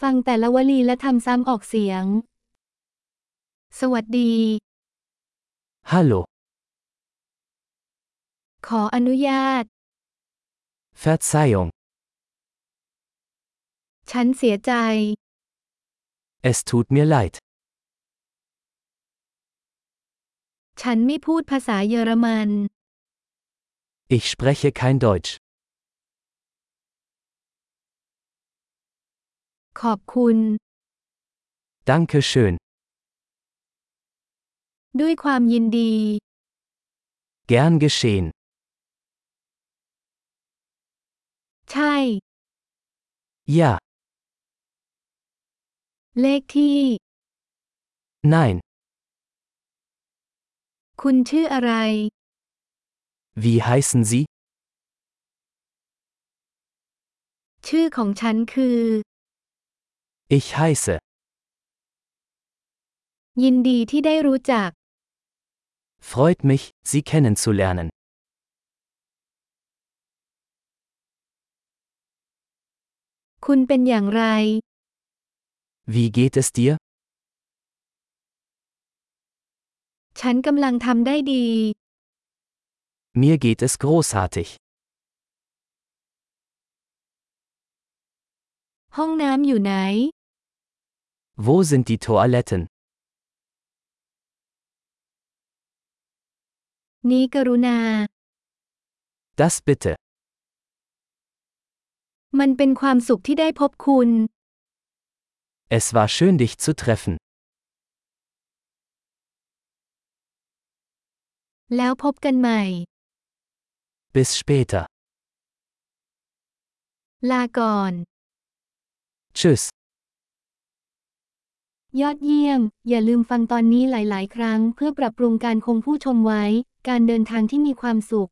ฟังแต่ละวลีและทำซ้ำออกเสียง สวัสดี Hallo, ขออนุญาต Verzeihung, ฉันเสียใจ es tut mir leid. ฉันไม่พูดภาษาเยอรมัน Ich spreche kein Deutsch. ขอบคุณ Danke schön. ด้วยความยินดี Gern geschehen. ใช่ Ja, เลขที่ nein. คุณชื่ออะไร Wie heißen Sie? ชื่อของฉันคือ Ich heiße. ยินดีที่ได้รู้จัก Freut mich, Sie kennenzulernen. คุณเป็นอย่างไร Wie geht es dir? ฉันกำลังทำได้ดี Mir geht es großartig. ห้องน้ำอยู่ไหน Wo sind die Toiletten? นี้กรุณา Das bitte. มันเป็นความสุขที่ได้พบคุณ Es war schön, dich zu treffen. แล้วพบกันใหม่ Bis später. ลาก่อน Tschüss. ยอดเยี่ยม อย่าลืมฟังตอนนี้หลาย ๆ ครั้ง เพื่อปรับปรุงการคงผู้ชมไว้ การเดินทางที่มีความสุข